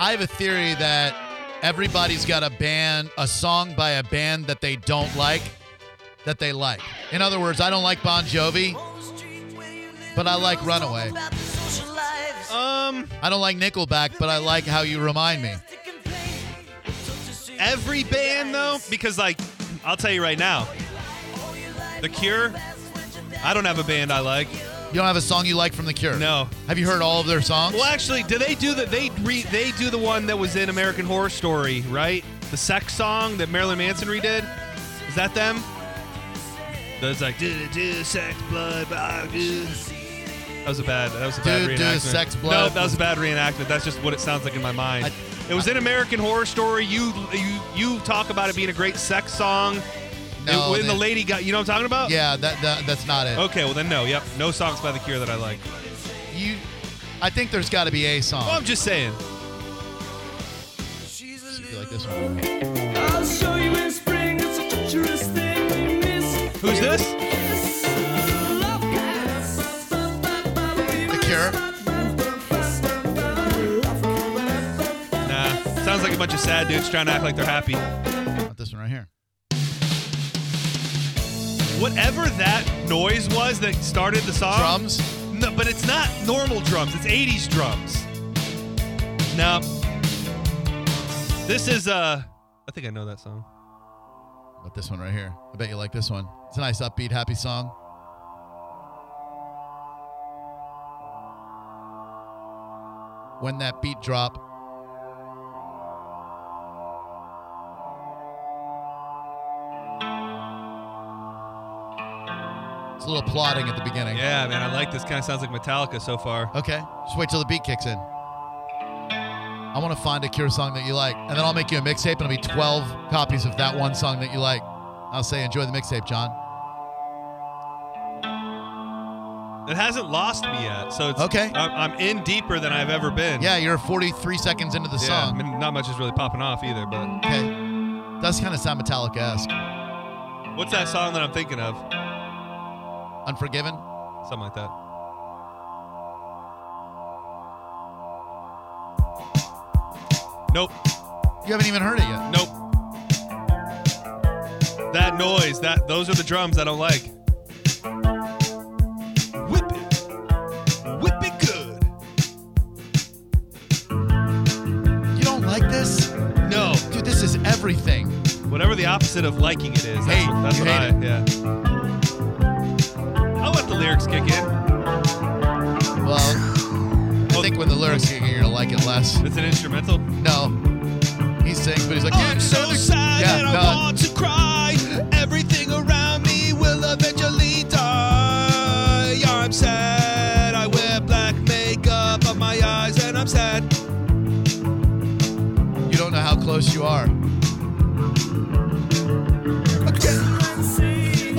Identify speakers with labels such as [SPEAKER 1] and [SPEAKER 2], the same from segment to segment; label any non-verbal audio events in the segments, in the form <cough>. [SPEAKER 1] I have a theory that everybody's got a band, a song by a band that they don't like, that they like. In other words, I don't like Bon Jovi.
[SPEAKER 2] But I like Runaway.
[SPEAKER 3] Um,
[SPEAKER 1] I don't like Nickelback, but I like how you remind me.
[SPEAKER 3] every band though, because like, I'll tell you right now, The Cure. I don't have a band I like.
[SPEAKER 1] You don't have a song you like from The Cure?
[SPEAKER 3] No.
[SPEAKER 1] Have you heard all of their songs?
[SPEAKER 3] Well, actually, do they do the they re, they do the one that was in American Horror Story, right? The sex song that Marilyn Manson redid. Is that them? That's like do do sex blood. blah, do." That was a bad. That was a bad
[SPEAKER 1] Do, do,
[SPEAKER 3] reenactment.
[SPEAKER 1] sex,
[SPEAKER 3] No,
[SPEAKER 1] blood.
[SPEAKER 3] that was a bad reenactment. That's just what it sounds like in my mind.
[SPEAKER 1] I-
[SPEAKER 3] it was in American Horror Story. You you you talk about it being a great sex song.
[SPEAKER 1] No,
[SPEAKER 3] It- when the
[SPEAKER 1] they-
[SPEAKER 3] lady got, you know what I'm talking about?
[SPEAKER 1] Yeah, that, that that's not it.
[SPEAKER 3] Okay, well then no. Yep, no songs by The Cure that I like.
[SPEAKER 1] You, I think there's got to be a song.
[SPEAKER 3] Well, I'm just saying.
[SPEAKER 1] You like this one.
[SPEAKER 4] I'll show you in spring. It's a treacherous thing you miss.
[SPEAKER 3] Who's this?
[SPEAKER 1] The Cure.
[SPEAKER 3] Nah, sounds like a bunch of sad dudes trying to act like they're happy.
[SPEAKER 1] Not this one right here.
[SPEAKER 3] Whatever that noise was that started the song.
[SPEAKER 1] Drums.
[SPEAKER 3] No, but it's not normal drums. It's 80s drums. No. This is uh I think I know that song.
[SPEAKER 1] But this one right here. I bet you like this one. It's a nice upbeat, happy song. When that beat drop, it's a little plodding at the beginning.
[SPEAKER 3] Yeah, man, I like this. Kind of sounds like Metallica so far.
[SPEAKER 1] Okay, just wait till the beat kicks in. I want to find a Cure song that you like, and then I'll make you a mixtape, and it'll be 12 copies of that one song that you like. I'll say, enjoy the mixtape, John.
[SPEAKER 3] It hasn't lost me yet, so it's
[SPEAKER 1] Okay.
[SPEAKER 3] I'm, I'm in deeper than I've ever been.
[SPEAKER 1] Yeah, you're 43 seconds into the
[SPEAKER 3] Yeah, I
[SPEAKER 1] song.
[SPEAKER 3] mean, not much is really popping off either. But
[SPEAKER 1] Okay. Does kind of sound Metallica-esque.
[SPEAKER 3] what's that song that I'm thinking of?
[SPEAKER 1] Unforgiven?
[SPEAKER 3] Something like that. Nope.
[SPEAKER 1] You haven't even heard it yet.
[SPEAKER 3] Nope. That noise, that those are the drums I don't like. Whip it. Whip it good.
[SPEAKER 1] You don't like this?
[SPEAKER 3] No.
[SPEAKER 1] Dude, this is everything.
[SPEAKER 3] Whatever the opposite of liking it is. That's
[SPEAKER 1] Hate.
[SPEAKER 3] what, that's
[SPEAKER 1] You
[SPEAKER 3] what
[SPEAKER 1] hate
[SPEAKER 3] I yeah. I'll let the lyrics kick in.
[SPEAKER 1] Well, I think when the lyrics kick in, you're going to like it less.
[SPEAKER 3] It's an instrumental.
[SPEAKER 1] No. He sings, but he's like, yeah,
[SPEAKER 3] sad
[SPEAKER 1] Yeah, no.
[SPEAKER 3] to cry. Everything around me will eventually die. Yeah, I'm sad. I wear black makeup on my eyes and I'm sad.
[SPEAKER 1] you don't know how close you are.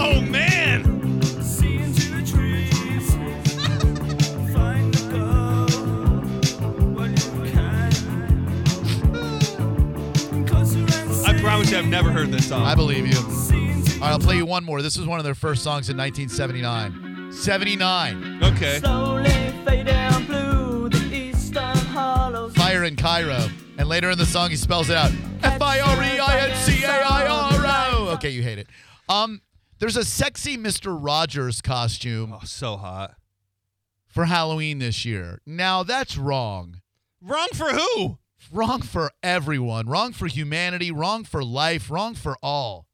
[SPEAKER 3] Oh man! I promise you I've never heard this song.
[SPEAKER 1] I believe you. All right, I'll play you one more. This was one of their first songs in 1979. 79,
[SPEAKER 3] okay.
[SPEAKER 4] Slowly fading blue, the eastern hollows.
[SPEAKER 1] Fire in Cairo. And later in the song, he spells it out F I R E I N C A I R O. Okay, you hate it. Um, there's a sexy Mr. Rogers costume
[SPEAKER 3] Oh, so hot.
[SPEAKER 1] for Halloween this year. Now, that's wrong.
[SPEAKER 3] Wrong for who?
[SPEAKER 1] Wrong for everyone. Wrong for humanity. Wrong for life. Wrong for all.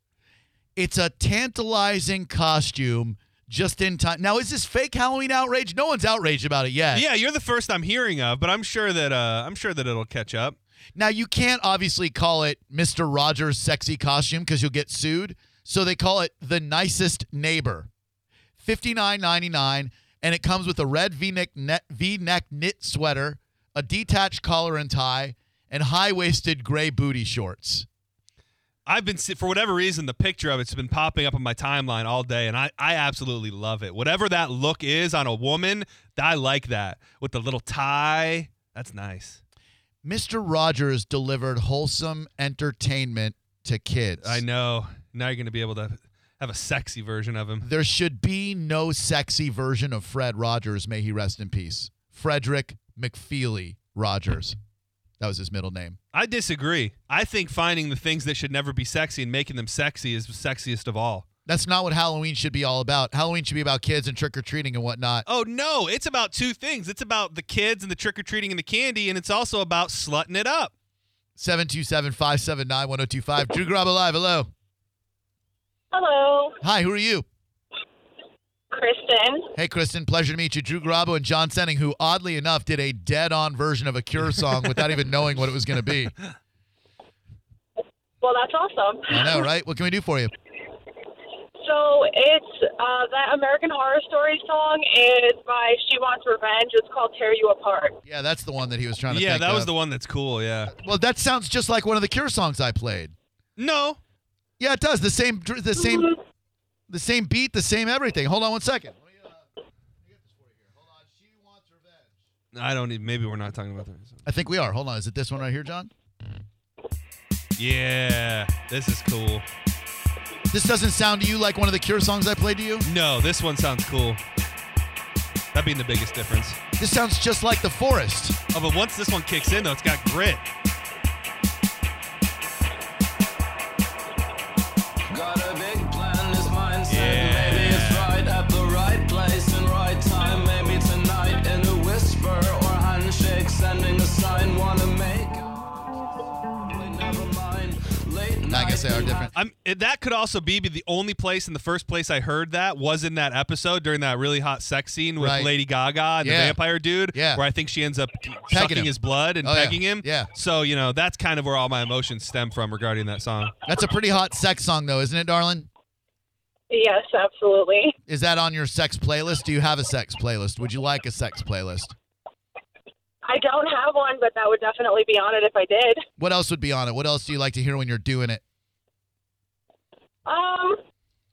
[SPEAKER 1] It's a tantalizing costume just in time. Now, is this fake Halloween outrage? No one's outraged about it yet.
[SPEAKER 3] Yeah, you're the first I'm hearing of, but I'm sure that uh, I'm sure that it'll catch up.
[SPEAKER 1] Now, you can't obviously call it Mr. Rogers' sexy costume because you'll get sued. So they call it the nicest neighbor. $59.99. And it comes with a red V neck V neck knit sweater, a detached collar and tie, and high waisted gray booty shorts.
[SPEAKER 3] I've been se- for whatever reason the picture of it's been popping up on my timeline all day, and I I absolutely love it. Whatever that look is on a woman, I like that with the little tie. That's nice.
[SPEAKER 1] Mr. Rogers delivered wholesome entertainment to kids.
[SPEAKER 3] I know. Now you're gonna be able to have a sexy version of him.
[SPEAKER 1] There should be no sexy version of Fred Rogers. May he rest in peace. Frederick McFeely Rogers. That was his middle name.
[SPEAKER 3] I disagree. I think finding the things that should never be sexy and making them sexy is the sexiest of all.
[SPEAKER 1] That's not what Halloween should be all about. Halloween should be about kids and trick or treating and whatnot.
[SPEAKER 3] Oh no, it's about two things. It's about the kids and the trick or treating and the candy, and it's also about slutting it up.
[SPEAKER 1] 727 579 1025. Drew Grab Alive. Hello.
[SPEAKER 5] Hello,
[SPEAKER 1] Hi, who are you?
[SPEAKER 5] Kristen.
[SPEAKER 1] Hey, Kristen, pleasure to meet you. Drew Garabo and John Senning, who oddly enough did a dead on version of a Cure song without even knowing what it was going to be.
[SPEAKER 5] Well, that's awesome.
[SPEAKER 1] I know, right? What can we do for you?
[SPEAKER 5] So it's uh, that American Horror Story song is by She Wants Revenge. It's called Tear You Apart.
[SPEAKER 1] Yeah, that's the one that he was trying to
[SPEAKER 3] yeah,
[SPEAKER 1] think
[SPEAKER 3] that was
[SPEAKER 1] of.
[SPEAKER 3] the one that's cool. Yeah.
[SPEAKER 1] Well, that sounds just like one of the Cure songs I played.
[SPEAKER 3] No,
[SPEAKER 1] Yeah, it does. The same, dr- the same, the same beat, the same everything. Hold on one second. Let me, uh, let me get this for you here. Hold on. She wants revenge.
[SPEAKER 3] I don't. Even, maybe we're not talking about that.
[SPEAKER 1] I think we are. Hold on. Is it this one right here, John?
[SPEAKER 3] Yeah, this is cool.
[SPEAKER 1] This doesn't sound to you like one of the Cure songs I played to you.
[SPEAKER 3] No, this one sounds cool. That being the biggest difference.
[SPEAKER 1] This sounds just like The Forest.
[SPEAKER 3] Oh, but once this one kicks in, though, it's got grit.
[SPEAKER 6] Got a big plan, this mindset.
[SPEAKER 3] Yeah.
[SPEAKER 6] Maybe it's right at the right place and right time. Maybe tonight in a whisper or handshake, sending a sign. Wanna make out. Never mind. Late
[SPEAKER 1] I guess
[SPEAKER 6] night,
[SPEAKER 1] they are
[SPEAKER 6] you
[SPEAKER 1] different.
[SPEAKER 3] I'm, it- that could also be the only place and the first place I heard that was in that episode during that really hot sex scene with
[SPEAKER 1] Right.
[SPEAKER 3] Lady Gaga and
[SPEAKER 1] Yeah.
[SPEAKER 3] the vampire dude,
[SPEAKER 1] Yeah.
[SPEAKER 3] where I think she ends up sucking
[SPEAKER 1] him.
[SPEAKER 3] his blood and
[SPEAKER 1] Oh, yeah.
[SPEAKER 3] pegging him.
[SPEAKER 1] Yeah.
[SPEAKER 3] So you know that's kind of where all my emotions stem from regarding that song.
[SPEAKER 1] That's a pretty hot sex song, though, isn't it, darling?
[SPEAKER 5] Yes, absolutely.
[SPEAKER 1] Is that on your sex playlist? Do you have a sex playlist? Would you like a sex playlist?
[SPEAKER 5] I don't have one, but that would definitely be on it if I did.
[SPEAKER 1] What else would be on it? What else do you like to hear when you're doing it?
[SPEAKER 5] Um,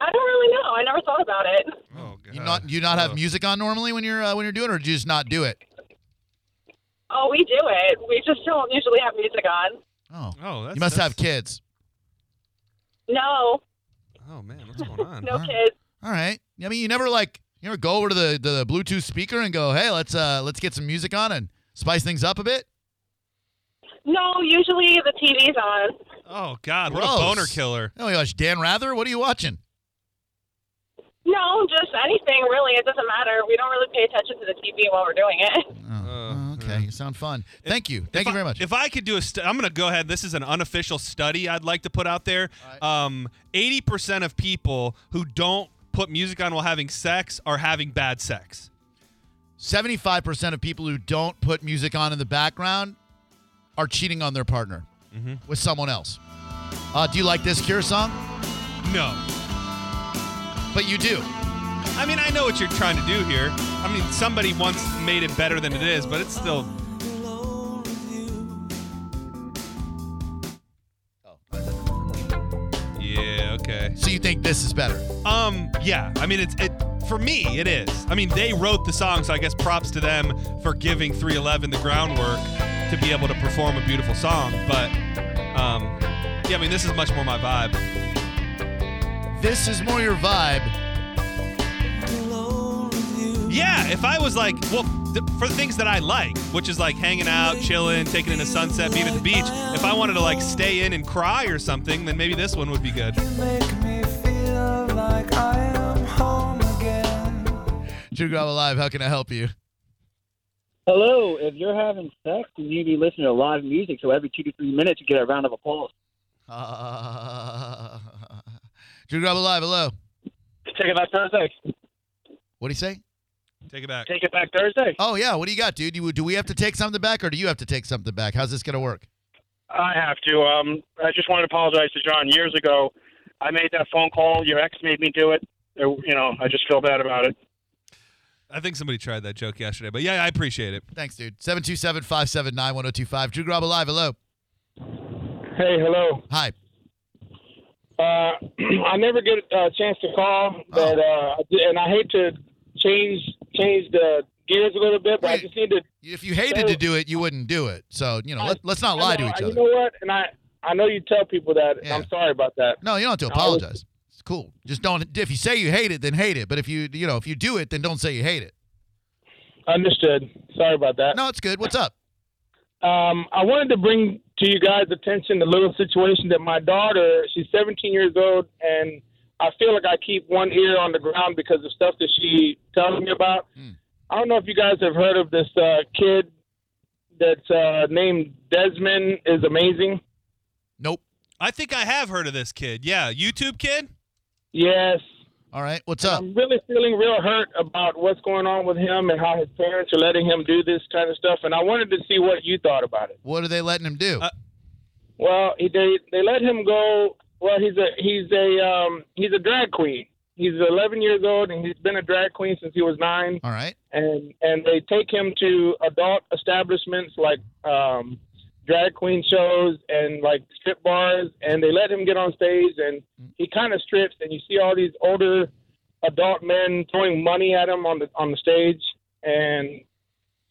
[SPEAKER 5] I don't really know. I never thought about it.
[SPEAKER 3] Oh god.
[SPEAKER 1] You not you not have
[SPEAKER 3] Oh.
[SPEAKER 1] music on normally when you're uh, when you're doing, it, or do you just not do it?
[SPEAKER 5] Oh, we do it. We just don't usually have music on.
[SPEAKER 1] Oh,
[SPEAKER 3] Oh, that's,
[SPEAKER 1] you must have
[SPEAKER 3] that's-
[SPEAKER 1] kids.
[SPEAKER 5] No,
[SPEAKER 3] Oh man, what's going on?
[SPEAKER 5] no
[SPEAKER 1] Huh?
[SPEAKER 5] kids.
[SPEAKER 1] All right. I mean, you never like you never go over to the the Bluetooth speaker and go, hey, let's uh let's get some music on and spice things up a bit.
[SPEAKER 5] No, usually the TV's on.
[SPEAKER 3] Oh god, what
[SPEAKER 1] Gross.
[SPEAKER 3] a boner killer.
[SPEAKER 1] Oh my gosh, Dan Rather, what are you watching?
[SPEAKER 5] No, just anything really. It doesn't matter. We don't really pay attention to the TV while we're doing it.
[SPEAKER 1] Oh,
[SPEAKER 3] Uh,
[SPEAKER 1] okay,
[SPEAKER 3] yeah.
[SPEAKER 1] you sound fun. Thank you, thank
[SPEAKER 3] If
[SPEAKER 1] you
[SPEAKER 3] I-
[SPEAKER 1] very much.
[SPEAKER 3] If I could do a, st- I'm going to go ahead. This is an unofficial study I'd like to put out there. Um, 80% of people who don't put music on while having sex are having bad sex.
[SPEAKER 1] Seventy-five percent of people who don't put music on in the background are cheating on their partner
[SPEAKER 3] Mm-hmm.
[SPEAKER 1] with someone else. Uh, do you like this Cure song?
[SPEAKER 3] No.
[SPEAKER 1] But you do.
[SPEAKER 3] I mean, I know what you're trying to do here. I mean, somebody once made it better than it is, but it's still.
[SPEAKER 1] Oh.
[SPEAKER 3] Yeah, okay.
[SPEAKER 1] So you think this is better?
[SPEAKER 3] Um, yeah. I mean, it's it for me. It is. I mean, they wrote the song, so I guess props to them for giving 311 the groundwork to be able to perform a beautiful song. But, um, yeah. I mean, this is much more my vibe.
[SPEAKER 1] This is more your vibe.
[SPEAKER 3] Yeah. If I was like, well, th- for the things that I like, which is like hanging out, chilling, taking in a sunset, being at the beach. If I wanted to like stay in and cry or something, then maybe this one would be good.
[SPEAKER 6] Make me feel like I am home again.
[SPEAKER 1] Drew Grab Alive, how can I help you? <laughs>
[SPEAKER 7] Hello. If you're having sex, you need to be listening to live music. So every two to three minutes, you get a round of applause.
[SPEAKER 1] Uh, Drew Grab Alive, hello.
[SPEAKER 7] Take it back Thursday.
[SPEAKER 1] What do you say?
[SPEAKER 3] Take it back.
[SPEAKER 7] Take it back Thursday.
[SPEAKER 1] Oh yeah, what do you got, dude? You, do we have to take something back, or do you have to take something back? How's this gonna work?
[SPEAKER 7] I have to. Um, I just wanted to apologize to John. Years ago, I made that phone call. Your ex made me do it. Uh, You know, I just feel bad about it.
[SPEAKER 3] I think somebody tried that joke yesterday, but yeah, I appreciate it.
[SPEAKER 1] Thanks, dude. 727-579-1025. Drew Grab Alive, hello.
[SPEAKER 8] Hey, hello.
[SPEAKER 1] Hi.
[SPEAKER 8] Uh, <clears throat> I never get a chance to
[SPEAKER 1] Oh.
[SPEAKER 8] call, but uh, I did- and I hate to change change the gears a little bit, but I
[SPEAKER 1] Wait.
[SPEAKER 8] just need to
[SPEAKER 1] If you hated to do it, you wouldn't do it. So you know, let, let's not lie to each
[SPEAKER 8] You
[SPEAKER 1] other.
[SPEAKER 8] know what? And I I know you tell people that. and
[SPEAKER 1] Yeah.
[SPEAKER 8] I'm sorry about that.
[SPEAKER 1] No, you don't have to
[SPEAKER 8] I was-
[SPEAKER 1] apologize. It's cool. Just don't. If you say you hate it, then hate it. But if you you know if you do it, then don't say you hate it.
[SPEAKER 8] Understood. Sorry about that.
[SPEAKER 1] No, it's good. What's up?
[SPEAKER 8] Um, I wanted to bring to you guys' attention the little situation that my daughter, she's 17 years old, and I feel like I keep one ear on the ground because of stuff that she tells me about. I don't know if you guys have heard of this uh, kid that's uh, named Desmond is amazing.
[SPEAKER 1] Nope.
[SPEAKER 3] I think I have heard of this kid. Yeah, YouTube kid.
[SPEAKER 8] Yes,
[SPEAKER 1] All right. What's up?
[SPEAKER 8] I'm really feeling real hurt about what's going on with him and how his parents are letting him do this kind of stuff. And I wanted to see what you thought about it.
[SPEAKER 1] What are they letting him do?
[SPEAKER 3] Uh,
[SPEAKER 8] Well, he, they they let him go. Well, he's a he's a um, he's a drag queen. He's 11 years old and he's been a drag queen since he was nine.
[SPEAKER 1] All right.
[SPEAKER 8] And and they take him to adult establishments like um, drag queen shows and like strip bars, and they let him get on stage and he kind of strips, and you see all these older adult men throwing money at him on the on the stage, and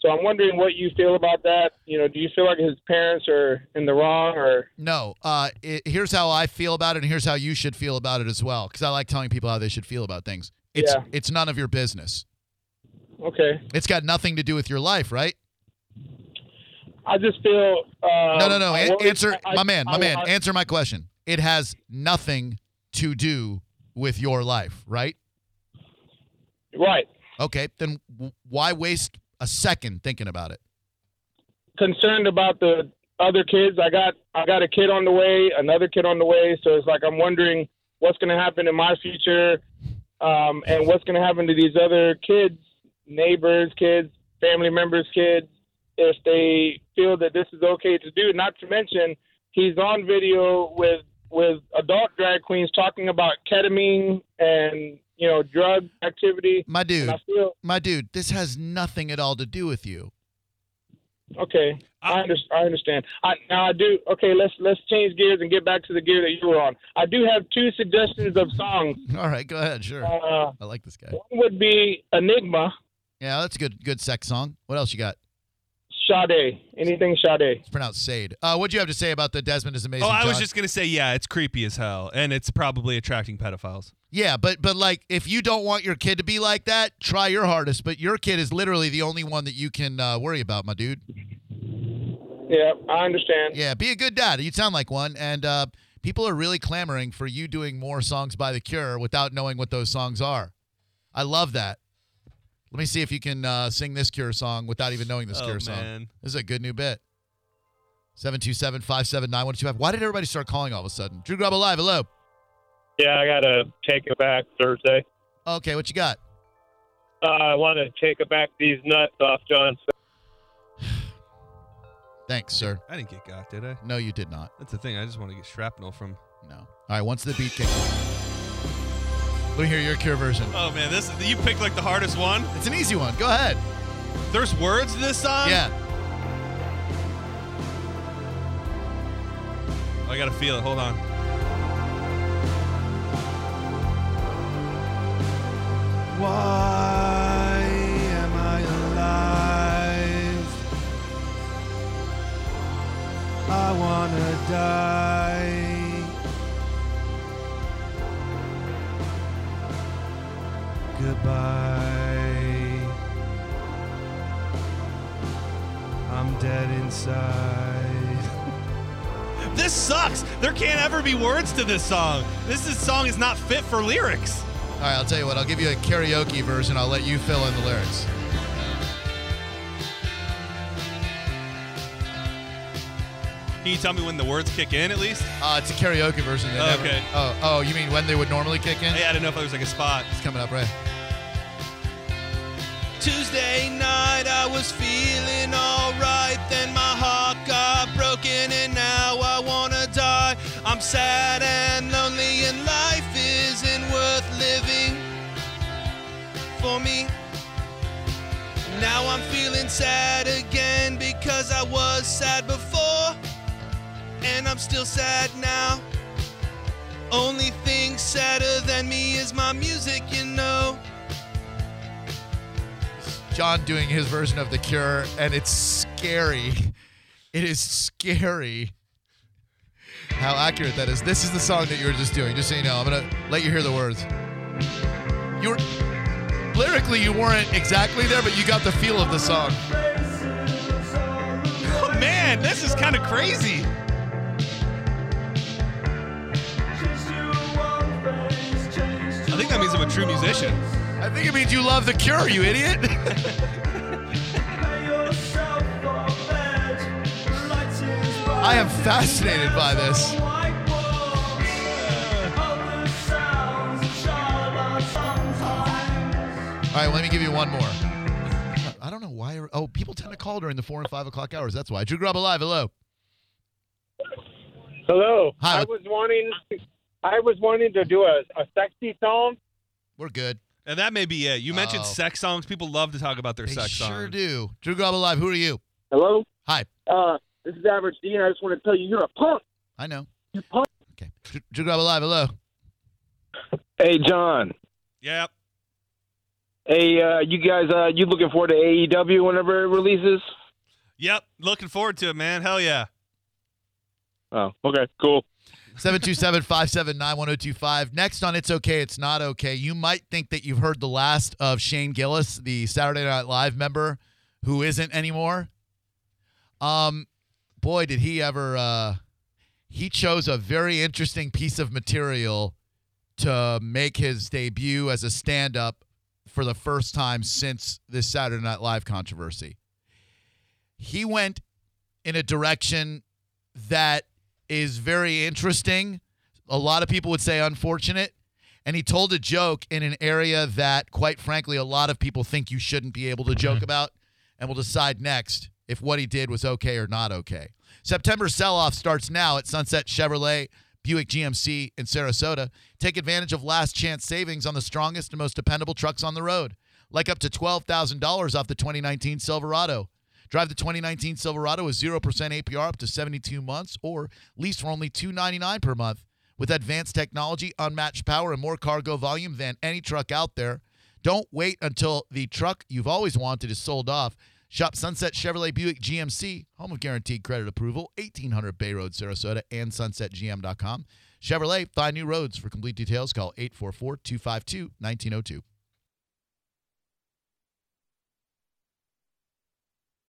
[SPEAKER 8] so I'm wondering what you feel about that. You know, do you feel like his parents are in the wrong, or
[SPEAKER 1] No. Uh, it, here's how I feel about it, and here's how you should feel about it as well, because I like telling people how they should feel about things. It's
[SPEAKER 8] Yeah.
[SPEAKER 1] it's none of your business.
[SPEAKER 8] okay?
[SPEAKER 1] It's got nothing to do with your life, right?
[SPEAKER 8] I just feel uh,
[SPEAKER 1] no, no, no.
[SPEAKER 8] I
[SPEAKER 1] An-
[SPEAKER 8] worry-
[SPEAKER 1] answer,
[SPEAKER 8] I-
[SPEAKER 1] my man, my
[SPEAKER 8] I-
[SPEAKER 1] man.
[SPEAKER 8] I-
[SPEAKER 1] answer my question. It has nothing to do with your life, right?
[SPEAKER 8] right.
[SPEAKER 1] Okay, then w- why waste a second thinking about it?
[SPEAKER 8] concerned about the other kids. I got I got a kid on the way, another kid on the way. So it's like I'm wondering what's going to happen in my future, um, and what's going to happen to these other kids, neighbors, kids, family members, kids, if they feel that this is okay to do. Not to mention he's on video with with adult drag queens talking about ketamine and you know drug activity.
[SPEAKER 1] My dude,
[SPEAKER 8] And I feel
[SPEAKER 1] my dude, this has nothing at all to do with you. <laughs>
[SPEAKER 8] Okay, I, under, I understand. I, now I do. Okay, let's let's change gears and get back to the gear that you were on. I do have two suggestions of songs.
[SPEAKER 1] All right, go ahead, sure.
[SPEAKER 8] Uh,
[SPEAKER 1] I like this guy.
[SPEAKER 8] one would be Enigma,
[SPEAKER 1] Yeah, that's a good, good sex song. What else you got?
[SPEAKER 8] Sade, anything Sade.
[SPEAKER 1] It's pronounced Sade. Uh, what'd you have to say about the Desmond is amazing?
[SPEAKER 3] Oh, I was
[SPEAKER 1] John?
[SPEAKER 3] just gonna say, yeah, it's creepy as hell, and it's probably attracting pedophiles.
[SPEAKER 1] Yeah, but but like if you don't want your kid to be like that, try your hardest. But your kid is literally the only one that you can uh, worry about, my dude.
[SPEAKER 8] Yeah, I understand.
[SPEAKER 1] Yeah, be a good dad. You sound like one, and uh, people are really clamoring for you doing more songs by The Cure without knowing what those songs are. I love that. Let me see if you can uh, sing this Cure song without even knowing this
[SPEAKER 3] Oh,
[SPEAKER 1] Cure
[SPEAKER 3] man.
[SPEAKER 1] song. This is a good new bit. 727-579-1025. Why did everybody start calling all of a sudden? Drew Grub Alive, hello.
[SPEAKER 9] Yeah, I gotta take it back Thursday.
[SPEAKER 1] Okay, what you got?
[SPEAKER 9] Uh, I want to take it back these nuts off John.
[SPEAKER 1] Thanks, sir.
[SPEAKER 3] I didn't get got, did I?
[SPEAKER 1] No, you did not.
[SPEAKER 3] That's the thing. I just want to get shrapnel from.
[SPEAKER 1] No. All right, once the beat kicks in. Let me hear your Cure version.
[SPEAKER 3] Oh man, this you picked like the hardest one.
[SPEAKER 1] It's an easy one. Go ahead.
[SPEAKER 3] There's words to this song.
[SPEAKER 1] Yeah.
[SPEAKER 3] Oh, I gotta feel it. Hold on. Why am I alive? I wanna die. Goodbye. I'm dead inside. this sucks. There can't ever be words to this song. This is, song is not fit for lyrics.
[SPEAKER 1] All right, I'll tell you what. I'll give you a karaoke version. I'll let you fill in the lyrics.
[SPEAKER 3] Can you tell me when the words kick in at least?
[SPEAKER 1] Uh, it's a karaoke version. They never-
[SPEAKER 3] Okay.
[SPEAKER 1] oh, oh, you mean when they would normally kick in?
[SPEAKER 3] Hey, I don't know if there was like a spot.
[SPEAKER 1] It's coming up, right?
[SPEAKER 3] Tuesday night I was feeling alright, then my heart got broken and now I wanna die. I'm sad and lonely and life isn't worth living for me. Now I'm feeling sad again because I was sad before and I'm still sad now. Only thing sadder than me is my music, you know.
[SPEAKER 1] John doing his version of The Cure, and it's scary. It is scary how accurate that is. This is the song that you were just doing. Just so you know, I'm gonna let you hear the words. You were lyrically, you weren't exactly there, but you got the feel of the song.
[SPEAKER 3] Man, man, this is kind of crazy. I think that means I'm a true musician.
[SPEAKER 1] I think it means you love The Cure, you idiot. <laughs> I am fascinated by this. All right, let me give you one more. I don't know why. Oh, people tend to call during the four and five o'clock hours. That's why. Drew Grubb alive. Hello.
[SPEAKER 8] Hello.
[SPEAKER 1] Hi.
[SPEAKER 8] I was wanting, I was wanting to do a, a sexy song.
[SPEAKER 1] We're good.
[SPEAKER 3] And that may be it. You mentioned
[SPEAKER 1] Oh.
[SPEAKER 3] sex songs. People love to talk about their
[SPEAKER 1] They
[SPEAKER 3] sex
[SPEAKER 1] sure
[SPEAKER 3] songs.
[SPEAKER 1] do. Drew Grubb alive. Who are you?
[SPEAKER 8] Hello.
[SPEAKER 1] Hi.
[SPEAKER 8] Uh, this is Average D, and I just want to tell you, you're a punk.
[SPEAKER 1] I know.
[SPEAKER 8] You punk.
[SPEAKER 1] Okay. Drew- Drew Grubb alive. Hello.
[SPEAKER 8] Hey, John.
[SPEAKER 3] Yep.
[SPEAKER 8] Hey, uh, you guys, uh, you looking forward to AEW whenever it releases?
[SPEAKER 3] Yep. Looking forward to it, man. Hell yeah.
[SPEAKER 8] Oh, okay, cool.
[SPEAKER 1] 727-579-1025. Next on It's Okay, It's Not Okay. You might think that you've heard the last of Shane Gillis, the Saturday Night Live member who isn't anymore. Um boy, did he ever uh he chose a very interesting piece of material to make his debut as a stand-up for the first time since this Saturday Night Live controversy. He went in a direction that is very interesting. A lot of people would say unfortunate. And he told a joke in an area that, quite frankly, a lot of people think you shouldn't be able to joke about. And we'll decide next if what he did was okay or not okay. September sell off starts now at Sunset Chevrolet, Buick GMC in Sarasota. Take advantage of last chance savings on the strongest and most dependable trucks on the road, like up to $12,000 off the 2019 Silverado. Drive the 2019 Silverado with 0% APR up to 72 months or lease for only $299 per month. With advanced technology, unmatched power, and more cargo volume than any truck out there. Don't wait until the truck you've always wanted is sold off. Shop Sunset Chevrolet Buick GMC, home of guaranteed credit approval, 1800 Bay Road, Sarasota, and sunsetgm.com. Chevrolet, find new roads. For complete details, call 844 252 1902.